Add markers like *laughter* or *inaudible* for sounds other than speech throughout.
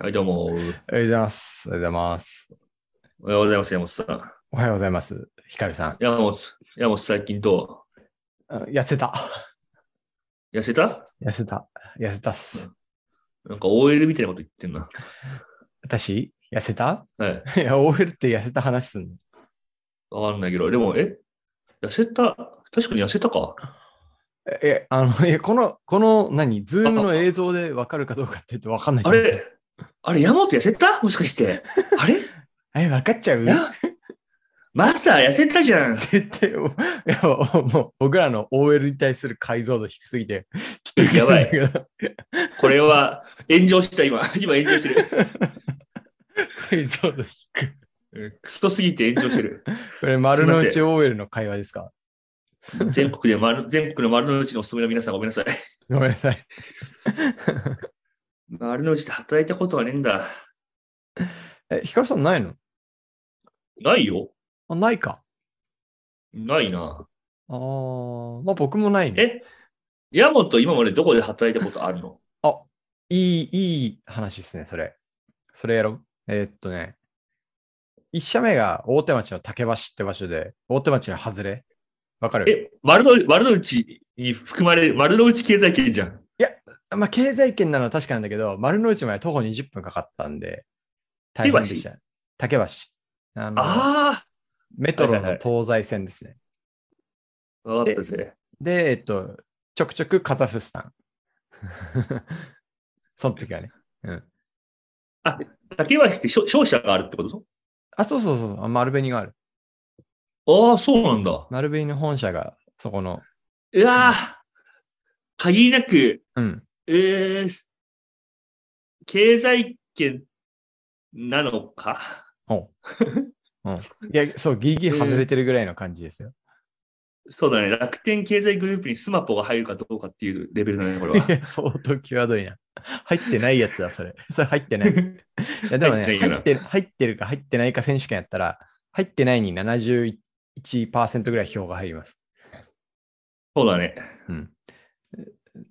はい、どうも。おはよおはようございます。おはようございまうす。ございます、山本さん。おはようございます。ひかるさん。山本、山本最近どあ痩せた。う痩せた *laughs* 痩せた。痩せたっす。なんか OL みたいなこと言ってんな。私、痩せた *laughs* はい。いや、OL って痩せた話すんの。わかんないけど、でも、え痩せた確かに痩せたかええ、あの、いやこの、この、何、ズームの映像でわかるかどうかって言うとわかんないあけど。れあれ、山本痩せたもしかして。あれあれ、わかっちゃうやマスター痩せたじゃん。絶対、おいや、もう、僕らの OL に対する解像度低すぎて、ちょっとやばいわかんなけど。これは炎上した、今。今炎上してる。解像度低い。うんクソすぎて炎上してる。 *laughs* これ、丸のすいま内せ OL の会話ですか全国で丸、全国の丸の内のおすすめの皆さんごめんなさい。ごめんなさい。丸の内で働いたことはねえんだ。え、ひかるさんないのないよ。あ、ないか。ないな。ああ、まあ僕もないえね。ヤモト今までどこで働いたことあるのあ、いい、いい話ですね、それ。それやろう。えーっとね、一社目が大手町の竹橋って場所で、大手町の外れわかるえ、丸の丸の内に含まれる丸の内経済圏じゃん。まあ、経済圏なのは確かなんだけど、丸の内まで徒歩20分かかったんで、大変でした。竹橋。あのあメトロはいはのい東西線ですね。あわかったぜ。で、えっと、ちょくちょくカザフスタ *laughs* ン。その時はね。うん。竹橋って商商社があるってことあ、そうそうそう、あ丸紅がある。ああ、そうなんだ。丸紅の本社がそこの、うわあ、限りなく、うん。えー、経済圏なのかおうん、いや、そう、ギリギリ外れてるぐらいの感じですよ。そうだね。楽天経済グループにスマポが入るかどうかっていうレベルだね、これ *laughs* は。いや相当際どいな。入ってないやつだ、それ。それ入ってない。いや、でもね、入ってない入よなってる入ってるか入ってないか選手権やったら、入ってないに71%ぐらい票が入ります。そうだね。うん。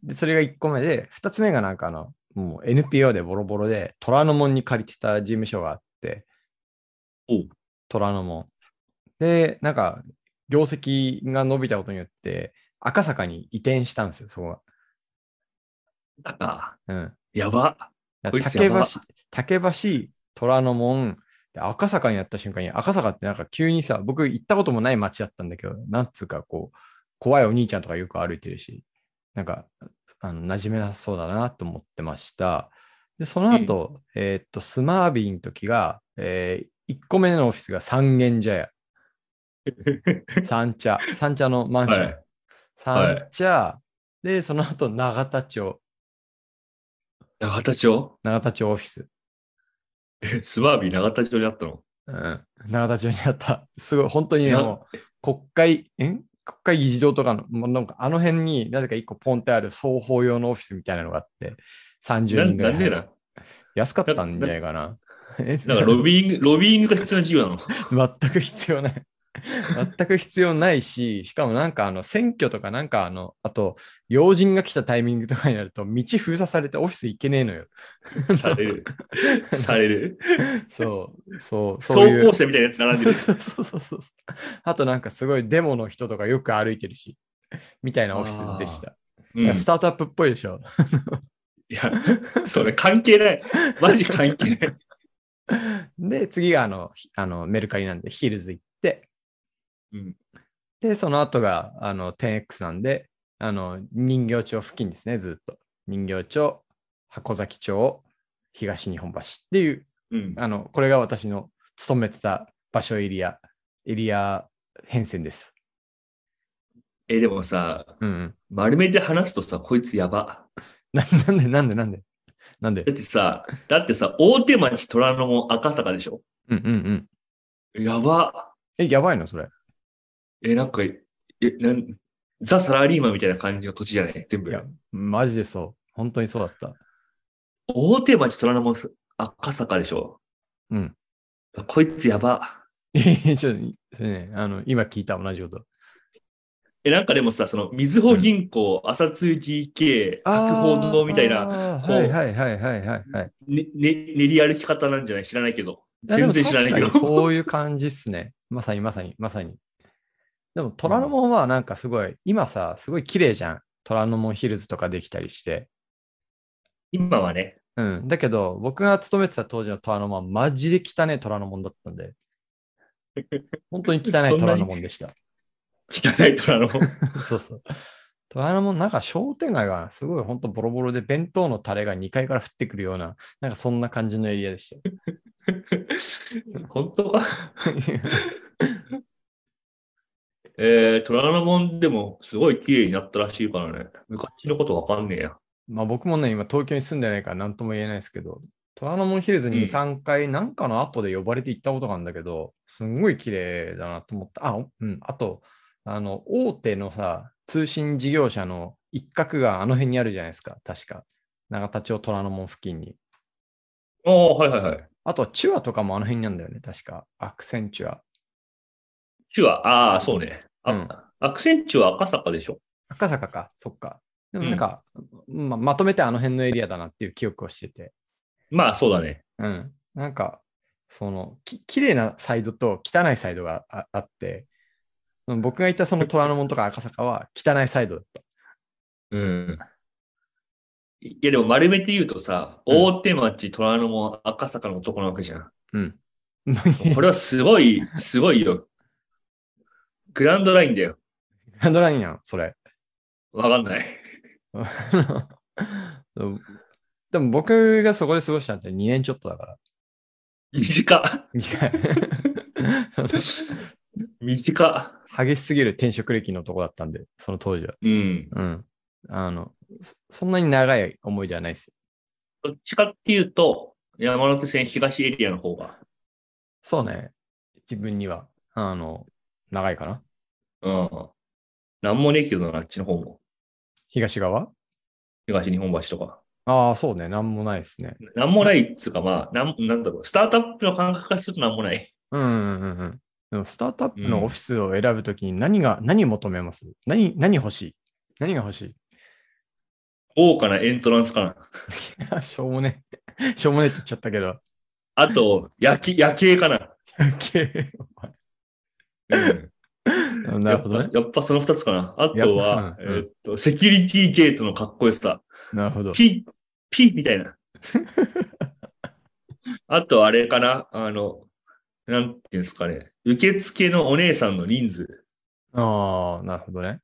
で、それが1個目で、2つ目がなんかあの、もう NPO でボロボロで、虎ノ門に借りてた事務所があっておう、虎ノ門。で、なんか、業績が伸びたことによって、赤坂に移転したんですよ、そこが。なんか、うん。やば。だこいつ竹や橋ば、竹橋、虎ノ門、で赤坂にやった瞬間に、赤坂ってなんか急にさ、僕行ったこともない街だったんだけど、なんつうかこう、怖いお兄ちゃんとかよく歩いてるし、なんか、あの馴染めなさそうだなと思ってました。で、その後、えーっと、スマービーの時が、え1個目のオフィスが三軒 *laughs* 茶屋、三茶、三茶のマンション。はい三茶、で、その後、永田町、長田町永田町オフィス。えスワービー長田町にあったのうん、永田町にあった。すごい、本当にねもう、国会、ん国会議事堂とかの、もうなんかあの辺になぜか一個ポンってある双方用のオフィスみたいなのがあって、30な人ぐらないん入でる。な安かったんじゃないかな。 *laughs* えなんかロビーイン *laughs* グ、ロビーイングが必要な事業なの。全く必要ない。全く必要ないし、しかもなんかあの選挙とかなんかあの、あと、要人が来たタイミングとかになると、道封鎖されてオフィス行けねえのよ。され *laughs* る。される。そう、そ装う、そういう甲車みたいなやつ並んでる。 *laughs* そうそうそうそうそう。あとなんかすごいデモの人とかよく歩いてるし、みたいなオフィスでした。うん、いスタートアップっぽいでしょ。 *laughs* や、それ関係ない。マジ関係ない。で、次があの、ひあのメルカリなんでヒルズ行って、うんで、その後があの 10X なんで、あの人形町付近ですね、ずっと。人形町、箱崎町、東日本橋っていう、うん。あの、これが私の勤めてた場所エリア、エリア変遷です。え、でもさ、うんうん。丸めて話すとさ、こいつやば。 *laughs* ななんでなんでなんでなんでだってさ、だってさ、大手町虎ノ門赤坂でしょうんうんうん。やば。え、やばいのそれ。え、なんか、え、なん、ザ・サラリーマンみたいな感じの土地じゃない全部い。や、マジでそう。本当にそうだった。大手町虎ノ門赤坂でしょうん。こいつやば。 *laughs* ちょっと、それね、あの、今聞いた同じこと。え、なんかでもさ、その、みずほ銀行、朝露 DK、白報堂みたいな、なこうはいはいはいはいはい、はい。ね、ね、練り歩き方なんじゃない知らないけど。いやで全も然知らないけど。確かにそういう感じっすね。まさにまさにまさに。でも虎ノ門はなんかすごい、今さ、すごい綺麗じゃん。虎ノ門ヒルズとかできたりして。今はね。うん。だけど、僕が勤めてた当時の虎ノ門はマジで汚ね虎ノ門だったんで。本当に汚い虎ノ門でした。 *laughs* 汚い虎の。 *laughs* そうそう。虎ノ門、なんか商店街がすごい本当ボロボロで弁当のタレが2階から降ってくるような、なんかそんな感じのエリアでしたよ。本当はえー、虎ノ門でもすごい綺麗になったらしいからね。昔のことわかんねえや。まあ僕もね、今東京に住んでないから何とも言えないですけど、虎ノ門ヒルズうんに3回なんかの後で呼ばれて行ったことがあるんだけど、すんごい綺麗だなと思った。あ、うん。あと、あの、大手のさ、通信事業者の一角があの辺にあるじゃないですか、確か。永田町虎ノ門付近に。ああ、はいはいはい。あとはチュアとかもあの辺にあるんだよね、確か。アクセンチュア。手話、ああ、そうね。あうんアクセンチュは赤坂でしょ。赤坂か、そっか。でもなんか、ままとめてあの辺のエリアだなっていう記憶をしてて。まあ、そうだね。うん。なんか、その、き綺麗なサイドと汚いサイドがああって、うん僕がいたその虎ノ門とか赤坂は汚いサイドだった。うん。いや、でも丸めて言うとさ、うん大手町、虎ノ門、赤坂の男なわけじゃん。うん。 *laughs* これはすごい、すごいよ。グランドラインだよ。ハンドラインやん、それ。 *laughs* わかんない。そうでも僕がそこで過ごしたのって2年ちょっとだから。短 *laughs* っ。短い。短っ。激しすぎる転職歴のとこだったんで、その当時は。うん。うん。あの、そそんなに長い思いではないですよ。どっちかっていうと、山手線東エリアの方が。そうね。自分には、あの、長いかな。うん。なんもねえけどな、あっちの方も。東側東日本橋とか。ああ、そうね。なんもないですね。なんもないっつうか、まあ、なん、なんだろう。スタートアップの感覚からするとなんもない。うんうんうんうん。でも、スタートアップうんのオフィスを選ぶときに何が、何求めます何、何欲しい何が欲しい豪華なエントランスかな。 *laughs* しょうもね。 *laughs* しょうもねって言っちゃったけど。 *laughs* あと、夜景、夜景かな。うん *laughs* うんなるほどねやっ。ぱやっぱその二つかな。あとは、やっぱうんえーっと、セキュリティゲートのかっこよさ。なるほど。ピッ、ピッみたい *laughs* な。あと、あれかなあの、なんていうんですかね。受付のお姉さんの人数。ああ、なるほどね。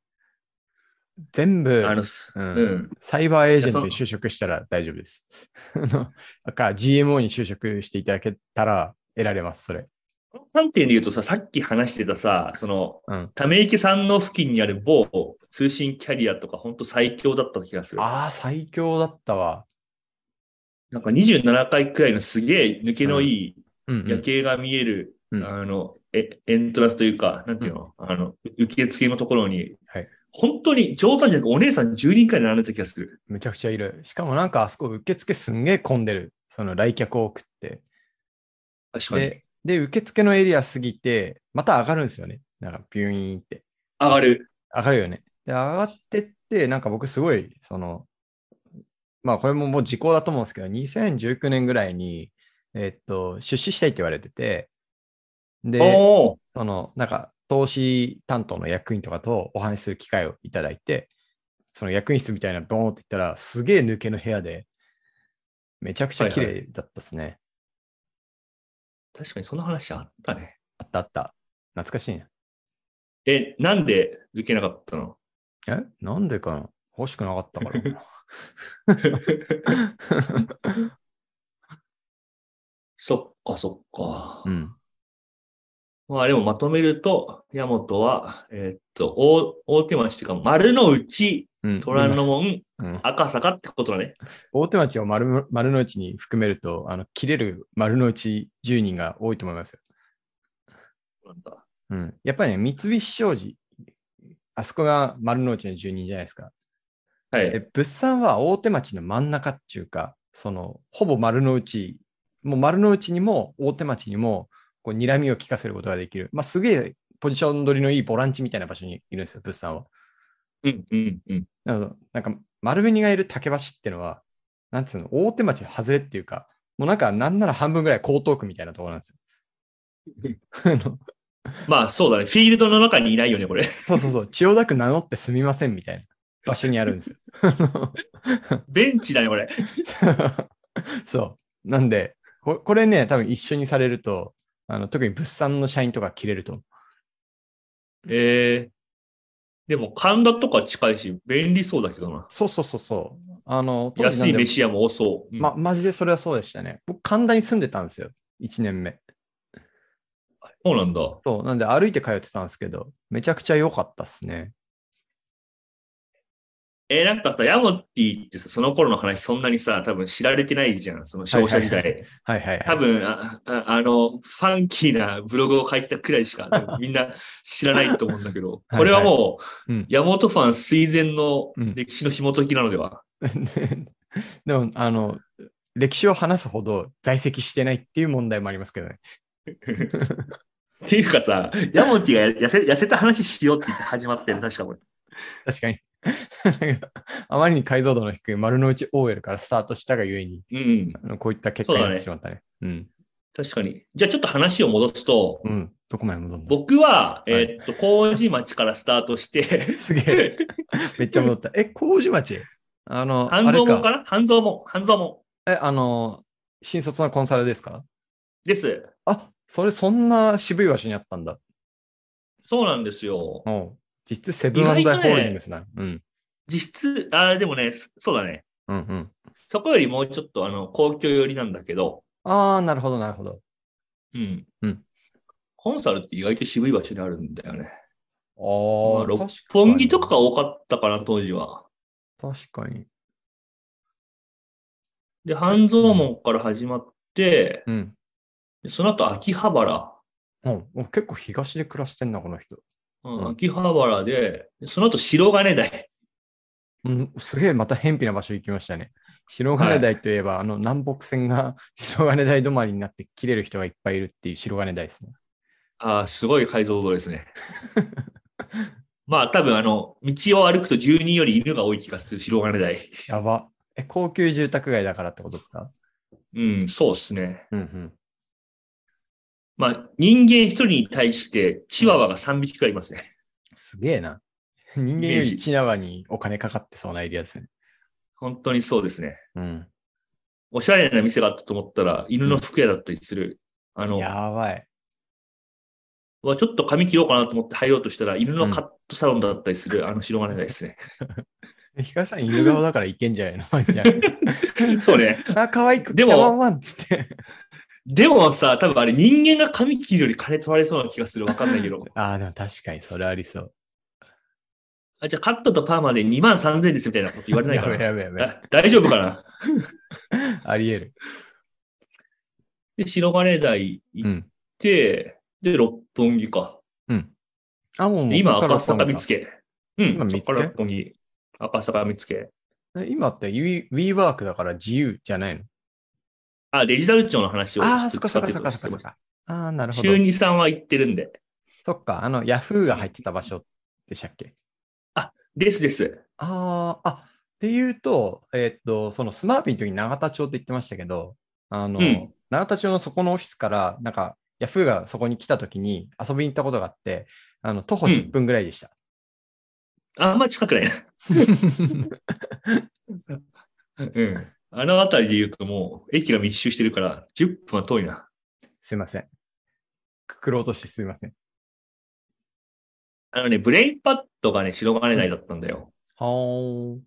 全部、あの、すうんうん。サイバーエージェントいやにそ就職したら大丈夫です。 *laughs* あのか、GMO に就職していただけたら得られます、それ。この観点で言うとさ、さっき話してたさ、その、うんため池山王付近にある某通信キャリアとか、ほんと最強だった気がする。ああ、最強だったわ。なんか27回くらいのすげえ抜けのいいうん、う夜ん。景が見える、うんあの、え、エントランスというか、なんていうの、あの、受付のところに、はい本当に冗談じゃなくお姉さん10人くらい並んでた気がする。むちゃくちゃいる。しかもなんかあそこ受付すんげえ混んでる。その来客多くって。確かに。で、で、受付のエリア過ぎて、また上がるんですよね。なんかビューインって。上がる。上がるよね。で、上がってって、なんか僕すごい、その、まあこれももう時効だと思うんですけど、2019年ぐらいに、えっと、出資したいって言われてて、で、おおその、なんか投資担当の役員とかとお話しする機会をいただいて、その役員室みたいなボーンって言ったら、すげえ抜けの部屋で、めちゃくちゃ綺はい麗だったっすね。確かにその話あったね。あったあった。懐かしいな。え、なんで受けなかった *laughs* のえなんでかな欲しくなかった *laughs* からかな。そっかそっか。うん。まあでもまとめると、山本は、えーっと、大大手町というか、丸の内、うん。虎ノ門、うん赤坂ってことだ *laughs* ね。大手町を丸む丸の内に含めると、あの切れる丸の内10人が多いと思いますよ。なんだうん、やっぱりね、三菱商事、あそこが丸の内の住人じゃないですか。はい。で物産は大手町の真ん中っていうか、そのほぼ丸の内、もう丸の内にも大手町にもこう睨みを利かせることができる。まあ、すげえポジション取りのいいボランチみたいな場所にいるんですよ、物産は。うん、うん、うん。なるほど。なんか、丸紅がいる竹橋ってのは、なんつうの、大手町の外れっていうか、もうなんか、なんなら半分ぐらい江東区みたいなところなんですよ。あのまあ、そうだね。フィールドの中にいないよね、これ。そうそうそう、千代田区名乗ってすみませんみたいな場所にあるんですよ。 *laughs* ベンチだね、これ。 *laughs* そう。なんでこ、これね、多分一緒にされると、あの特に物産の社員とか切れると思う。ええでも、神田とか近いし、便利そうだけどな。そうそうそうそう。あの、当時安なんいで飯屋も多そう。うんま、マジでそれはそうでしたね。僕、神田に住んでたんですよ。1年目。そうなんだ。そう。なんで歩いて通ってたんですけど、めちゃくちゃ良かったっすね。えーなんかさ、ヤモティってさ、その頃の話そんなにさ、多分知られてないじゃん、その商社時代。ははいはい、はい。多分ああ、あの、ファンキーなブログを書いてたくらいし *laughs* か、多分みんな知らないと思うんだけど、はいこれはもう、うん山本ファン垂涎のうん歴史の紐解きなのでは。 *laughs* でも、あの、歴史を話すほど在籍してないっていう問題もありますけどね。っていうかさ、ヤモティがや痩せ痩せた話しようって言って始まってる、確かこれ。確かに。 *laughs* なんかあまりに解像度の低い丸の内 OL からスタートしたがゆえに、うん、あのこういった結果にそうだなねってしまったね。うん。確かに。じゃあちょっと話を戻すと、うん。どこまで戻んの僕は、いえーっと、麹町からスタート *laughs* して、すげ *laughs* え。めっちゃ戻った。え、麹町あの、半蔵門あかれな半蔵門、半蔵門え、あの、新卒のコンサルですかです。あ、それそんな渋い場所にあったんだ。そうなんですよ。おう実質セブンアンダイホールディングスなの。うん。実質、あーでもね、そそうだね。うんうん。そこよりもうちょっと、あの、公共寄りなんだけど、ああ、なるほど、なるほど。うん。うんコンサルって意外と渋い場所にあるんだよね。まああ、あ、六確かに本木とかが多かったかな、当時は。確かに。で、半蔵門から始まって、うん。でその後秋葉原。うん、お結構東で暮らしてんな、この人。うんうん秋葉原で、でその後白金台。うん、すげえまた偏僻な場所行きましたね。白金台といえば、あの南北線が白金台止まりになって切れる人がいっぱいいるっていう白金台ですね。ああ、すごい解像度ですね。 *laughs* まあ、多分あの、道を歩くと住人より犬が多い気がする白金台。やば。え、高級住宅街だからってことですかうん、そうですね。うんうん。まあ、人間一人に対して、チワワが3匹くらいいますね。すげえな。人間よりチナワにお金かかってそうなエリアですね。本当にそうですね。うん。おしゃれな店があったと思ったら、犬の服屋だったりする。あの、やばい。はちょっと髪切ろうかなと思って入ろうとしたら、犬のカットサロンだったりする、あの白金台 *laughs* ですね。えヒカルさん、犬顔だからいけんじ *laughs* ゃないのワンちゃそうね。ん。あ、可愛く。でもワンワンっつって。でもさ、多分あれ人間が髪切るより金取られそうな気がする。わかんないけど。 *laughs* ああ、でも確かにそれありそう。あ、じゃあカットとパーマで2万3000円ですみたいなこと言われないやかべな。やべやべ。だ大丈夫かなあり得る。で、白金台う行っん。て、で、六本木か。うん。あ、もうもうで今、そっから赤坂見つけ。う今ん、そ見つけっから六本木。赤坂見つけ。え今って We- WeWork だから自由じゃないのあ、デジタル庁の話を。ああ、そっかそっかそっかそっかそっか。ああ、なるほど週。2、3は行ってるんで。そっか、あの Yahoo が入ってた場所でしたっけですです。ああ、あ、っていうと、えーっと、そのスマーピーの時に永田町って言ってましたけど、あの、うん永田町のそこのオフィスから、なんか Yahoo がそこに来た時に遊びに行ったことがあって、あの徒歩うん10分ぐらいでした。 *laughs* あんま近くないな。うん。あの辺りで言うともう、駅が密集してるから、10分は遠いな。すいません。くくろうとしてすいません。あのね、ブレインパッドがね、白金台だったんだよ。はーん。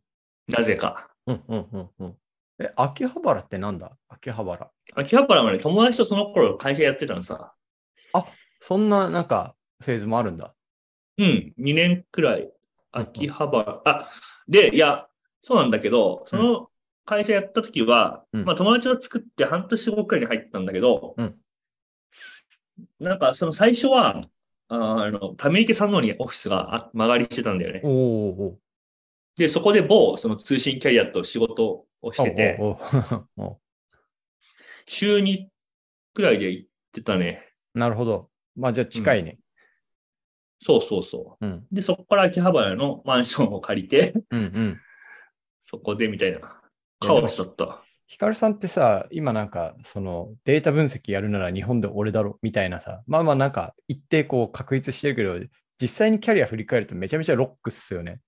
なぜか。うんうんうんうん。え、秋葉原ってなんだ秋葉原。秋葉原まで友達とその頃会社やってたのさ。そんな、なんか、フェーズもあるんだ。うん、2年くらい。秋葉原。あ、で、いや、そうなんだけど、その会社やった時は、うんまあ友達を作って半年後くらいに入ったんだけど、うんなんかその最初は、ああの、ため池さんのにオフィスがあ曲がりしてたんだよねお。おで、そこで某その通信キャリアと仕事をしてて、おーおーお週2くらいで行ってたね。 *laughs* ーなるほど。まあ、じゃあ近いね。そうそうそうん。う。で、そこから秋葉原のマンションを借りて、うんうん。そこでみたいな。カオスだった。ヒカルさんってさ、今なんか、そのデータ分析やるなら日本で俺だろみたいなさ、まあまあなんか一定こう確立してるけど、実際にキャリア振り返るとめちゃめちゃロックっすよね。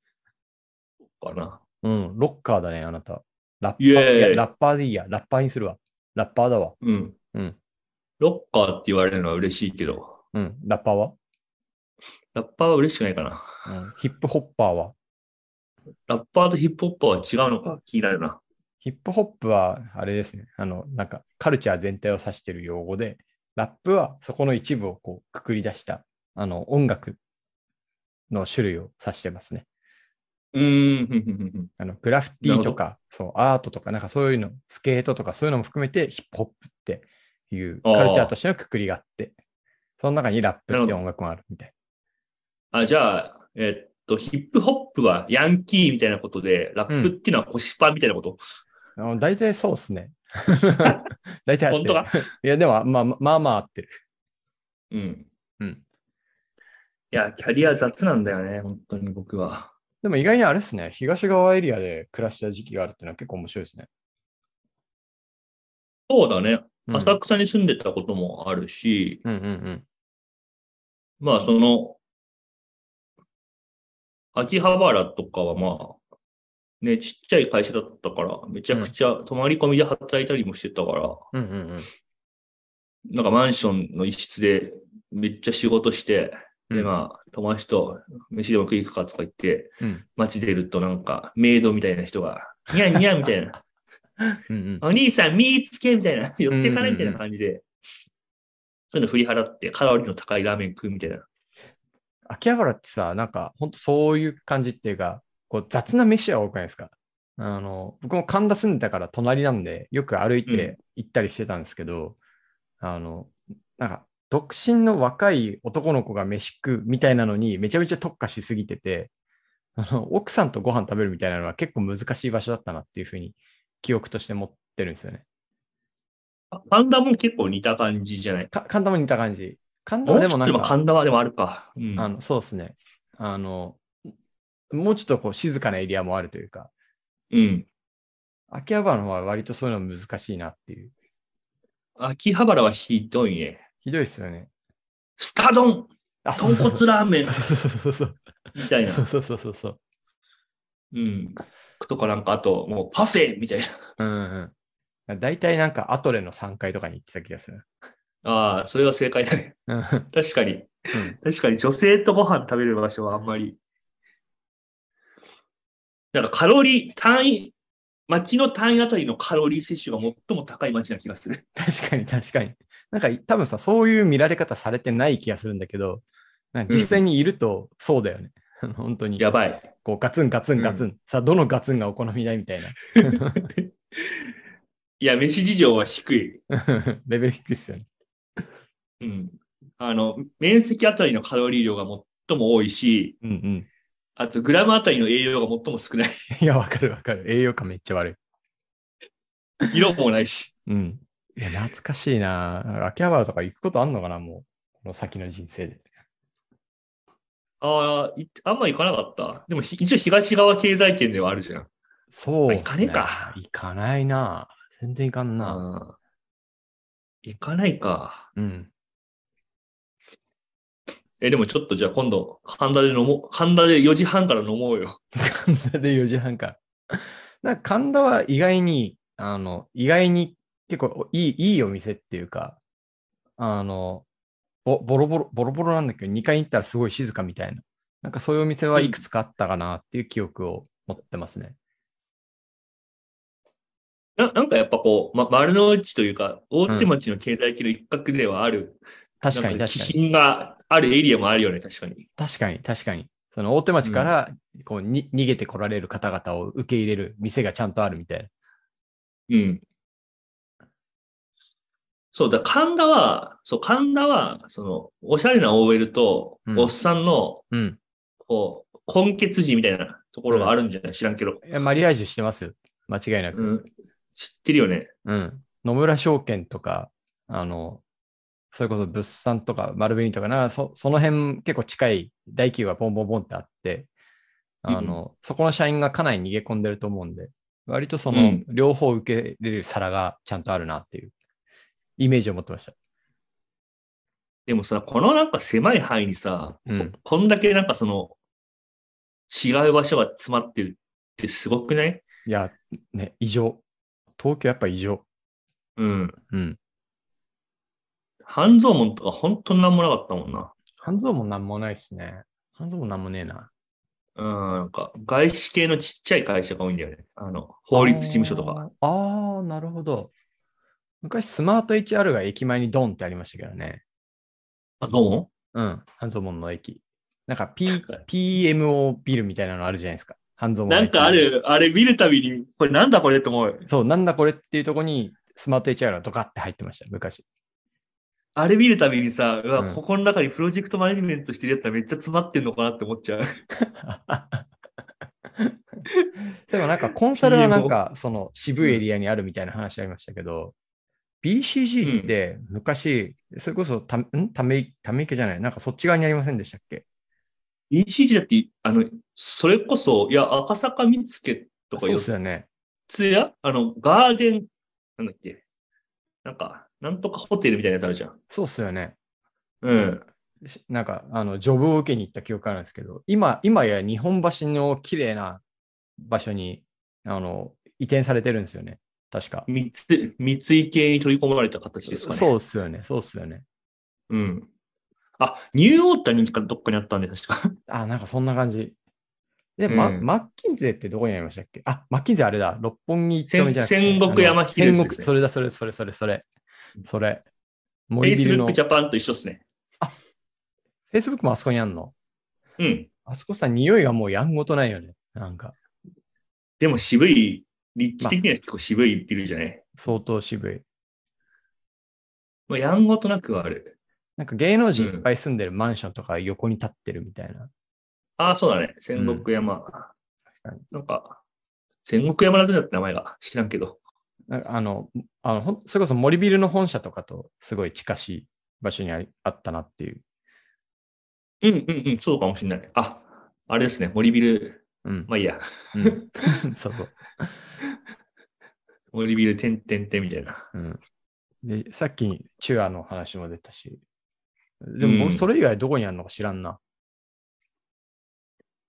かな。うん、ロッカーだね、あなた。ラッパー。イエーイいや、ラッパーでいいや。ラッパーにするわ。ラッパーだわ。うん。うん。ロッカーって言われるのは嬉しいけど、うん。ラッパーは、ラッパーは嬉しくないかな。うん、ヒップホッパーはラッパーとヒップホッパーは違うのか気になるな。ヒップホップは、あれですね。あの、なんか、カルチャー全体を指している用語で、ラップはそこの一部をこう、くくり出した、あの、音楽の種類を指してますね。うーんふんふんふんふん。あの、グラフィティとか、そう、アートとか、なんかそういうの、スケートとか、そういうのも含めて、ヒップホップっていう、あーカルチャーとしてのくくりがあって、その中にラップって音楽もあるみたい。あ、じゃあ、えっと、ヒップホップはヤンキーみたいなことで、ラップっていうのはコシパみたいなこと、あの大体そうっ *laughs* すね。大体合っ本てる当かいや、でも、まあまあ、まあまあ合ってる。うん。うん。いや、キャリア雑なんだよね、本当に僕は。でも意外にあれですね、東側エリアで暮らした時期があるっていうのは結構面白いですね。そうだね。うん浅草に住んでたこともあるし、うんうんうん。まあ、その、秋葉原とかはまあ、ね、ちっちゃい会社だったから、めちゃくちゃ泊まり込みで働いたりもしてたから、うんうんなんかマンションの一室でめっちゃ仕事して、うん。でまあ、友達と飯でも食いに行くかとか言って、うん街出るとなんかメイドみたいな人が、にゃんにゃんみた *laughs* いな、うんうんお兄さん見つけみたいな、寄ってかないみたいな感じで、そういうの振り払ってカロリーの高いラーメン食うみたいな。秋葉原ってさ、なんか、ほんとそういう感じっていうか、こう雑な飯は多くないですかあの、僕も神田住んでたから隣なんで、よく歩いて行ったりしてたんですけど、あの、なんか、独身の若い男の子が飯食うみたいなのにめちゃめちゃ特化しすぎてて、あの、奥さんとご飯食べるみたいなのは結構難しい場所だったなっていうふうに記憶として持ってるんですよね。あ神田も結構似た感じじゃないか神田も似た感じ。神田もうはちでょっもとなん今か、神田はでもあるか。うん。あのそうですね。あの、もうちょっとこう静かなエリアもあるというか、うん。秋葉原の方は割とそういうの難しいなっていう。秋葉原はひどいね。ひどいですよね。スタ丼あ、豚骨ラーメンそうそうそうそう。みたいな。そうそうそうそうそう。うん。とかなんか、あと、もうパフェみたいな。うんうん。大体なんかアトレの3階とかに行ってた気がする。ああ、それは正解だね。 *laughs* うんうん確かに。確かに女性とご飯食べる場所はあんまり。なんかカロリー、単位、街の単位あたりのカロリー摂取が最も高い街な気がする。確かに確かに。なんか多分さ、そういう見られ方されてない気がするんだけど、なんか実際にいるとそうだよね。 *laughs* 本当に。やばい。こうガツンガツンガツン。さあ、どのガツンがお好みだいみたいな。 *laughs* いや、飯事情は低い。レベル低いっすよね。うん。あの、面積あたりのカロリー量が最も多いし、うんうん。あとグラムあたりの栄養が最も *laughs* 少ない。 *laughs* いや、わかるわかる。栄養価めっちゃ悪い。色もないし。うん。いや、懐かしいな。なんか秋葉原とか行くことあんのかな、もう。この先の人生で。ああ、いあんま行かなかった。でもひ、一応東側経済圏ではあるじゃん。そう、行かねえか。行かないな。全然行かんな。あー行かないか。うん。え、でもちょっとじゃあ今度、神田で飲もう。神田で4時半から飲もうよ。神田で4時半から。なんか神田は意外に、あの、意外に結構いい、いいお店っていうか、あの、ぼボロボロ、ボロボロなんだけど、2階に行ったらすごい静かみたいな。なんかそういうお店はいくつかあったかなっていう記憶を持ってますね。ななんかやっぱこう、ま、丸の内というか、大手町の経済圏の一角ではある。確かになん確か気に。品があるエリアもあるよね、確かに。確かに、確かに。その大手町からこうに、逃げてこられる方々を受け入れる店がちゃんとあるみたいな。うん。そう、だから神田は、そう、神田は、その、おしゃれな OL とう、んおっさんの、うん。こう、根血児みたいなところがあるんじゃない、知らんけど。いやマリアージュしてますよ。間違いなうく。ん。知ってるよね。うん。野村証券とか、あの、それこそ物産とか丸紅とかな、そその辺結構近い大企業がポンポンポンってあって、あの、そこの社員がかなり逃げ込んでると思うんで、割とそうのん両方受けれる皿がちゃんとあるなっていうイメージを持ってました。でもさ、このなんか狭い範囲にさ、うんこんだけなんかその、違う場所が詰まってるってすごくないいや、ね、異常。東京やっぱ異常。うん。うん。半蔵門とか本当になんもなかったもんな。半蔵もなんもないっすね。半蔵もなんもねえな。うん、なんか、外資系のちっちゃい会社が多いんだよね。あの、法律事務所とか。あー。あー、なるほど。昔、スマート HR が駅前にドンってありましたけどね。あ、どうもうん。半蔵門の駅。なんか、P、PMO ビルみたいなのあるじゃないですか。半蔵門のな駅んかあ。る、あれ見るたびに、これなんだこれって思う。そう、なんだこれっていうとこに、スマート HR がドカって入ってました、昔。あれ見るたびにさ、うわ、うんここの中にプロジェクトマネジメントしてるやつはめっちゃ詰まってんのかなって思っちゃう。 *laughs* でもなんか、コンサルはなんか、 *laughs* その渋いエリアにあるみたいな話ありましたけど、BCG って昔、それこそた、んため、ため池じゃない、なんかそっち側にありませんでしたっけ ECG だって、あの、それこそ、いや、赤坂見附とかそう四ですよね。つや、あの、ガーデン、なんだっけ、なんか、なんとかホテルみたいなやつあるじゃん。そうっすよね。うん。しなんか、あの、ジョブを受けに行った記憶あるんですけど、今、今や日本橋の綺麗な場所に、あの、移転されてるんですよね。確か。三つ、三井系に取り込まれた形ですかね。そうっすよね。そうっすよね。う。うん。あ、ニューオータニかどっかにあったんで、確か。あ、なんかそんな感じ。で、まうんマッキンゼってどこにありましたっけあ、マッキンゼあれだ。六本木一丁目じゃなくて。戦戦国山ヒルズあので戦すね国、それだ、それ、それ、それ、それ。それ。森 *laughs* ビルの。 Facebook フ Japan と一緒っすね。ェイスブックもあそこにあんのうん。あそこさ、匂いがもうやんごとないよね。なんか、でも渋い、立地的には結構渋いビルじゃない。相当渋い。まあ、やんごとなくはある。なんか芸能人いっぱい住んでるマンションとか横に立ってるみたいな。ああ、そうだね。戦国山。かになんか、戦国山なぜだって名前が知らんけど。なんかあの、あのほんそれこそ森ビルの本社とかとすごい近しい場所にありあったなっていう。うんうんうん、そうかもしれない。あ、あれですね。森ビル。うん。まあいいや。うん *laughs* そうそう。森ビル、てんてんてんみたいな。うん、でさっき、チュアの話も出たし、でもうん僕、それ以外どこにあるのか知らんな。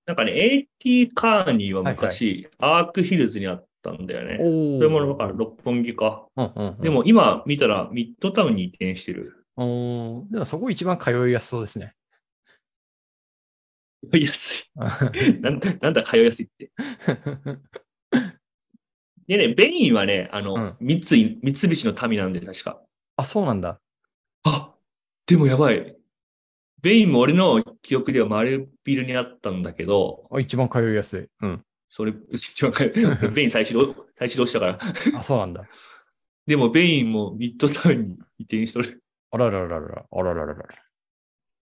なんかね、AT カーニーは昔、アークヒルズにあったんだよね。おそれお。もだから六本木か。うんうんうんで、も今見たらミッドタウンに移転してる。おーでもそこ一番通いやすそうですね。 *laughs* 通いやすい。 *laughs* なんだ、なんだ通いやすいって。でね、ベインはね、あの、うん三井、三菱の民なんで、確か。あ、そうなんだ。あ、でもやばい。ベインも俺の記憶では丸ビルにあったんだけど、あ一番通いやすい。うん。 *laughs* それ、一番か *laughs* ベイン最初ど、最初どうしたから。あ、そうなんだ。でもベインもミッドタウンに移転しとる。あららららら、あららららら。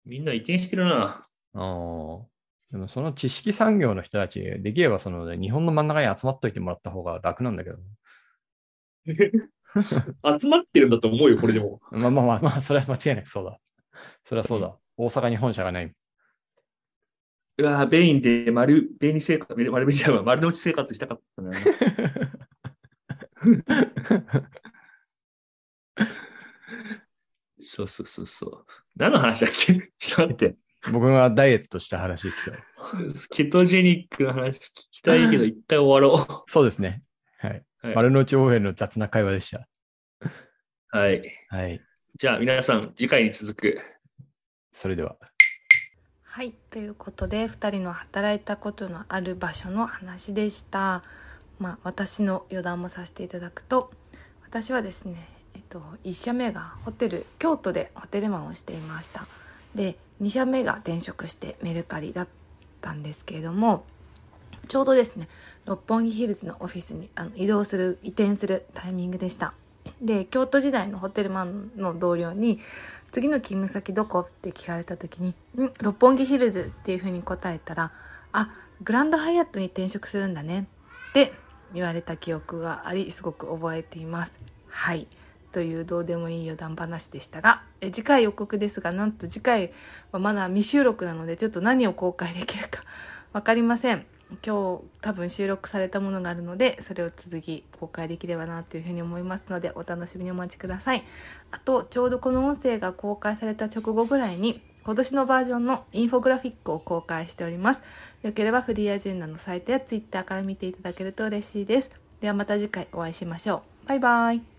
みんな移転してるな。あーでもその知識産業の人たち、できればその、日本の真ん中に集まっといてもらった方が楽なんだけどね。集まってるんだと思うよ、これでも。まあまあまあまあ、それは間違いなくそうだ。それはそうだ。大阪に本社がない。うわぁベインで丸、ベイン生活、丸ベインじゃないわ丸の内生活したかったな。 *laughs* そうそうそうそう。何の話だっけ *laughs* ちょっと待って。 *laughs* 僕がダイエットした話ですよ。ケトジェニックの話聞きたいけど、一回終わろそうですね。はい。う。はい。丸の内応援の雑な会話でした。はい。はい。じゃあ皆さん、次回に続く。それでは。はい、ということで2人の働いたことのある場所の話でした、まあ、私の余談もさせていただくと私はですね、えっと、1社目がホテル京都でホテルマンをしていましたで2社目が転職してメルカリだったんですけれどもちょうどですね六本木ヒルズのオフィスにあの移動する移転するタイミングでしたで京都時代のホテルマンの同僚に次の勤務先どこって聞かれた時に「ん六本木ヒルズ」っていうふうに答えたら「あグランドハイアットに転職するんだね」って言われた記憶がありすごく覚えていますはいというどうでもいい余談話でしたが、え次回予告ですが、なんと次回はまだ未収録なので、ちょっと何を公開できるか *laughs* わかりません。今日多分収録されたものがあるので、それを続き公開できればなというふうに思いますので、お楽しみにお待ちください。あと、ちょうどこの音声が公開された直後ぐらいに、今年のバージョンのインフォグラフィックを公開しております。よければフリーアジェンダのサイトやツイッターから見ていただけると嬉しいです。ではまた次回お会いしましょう。バイバイ。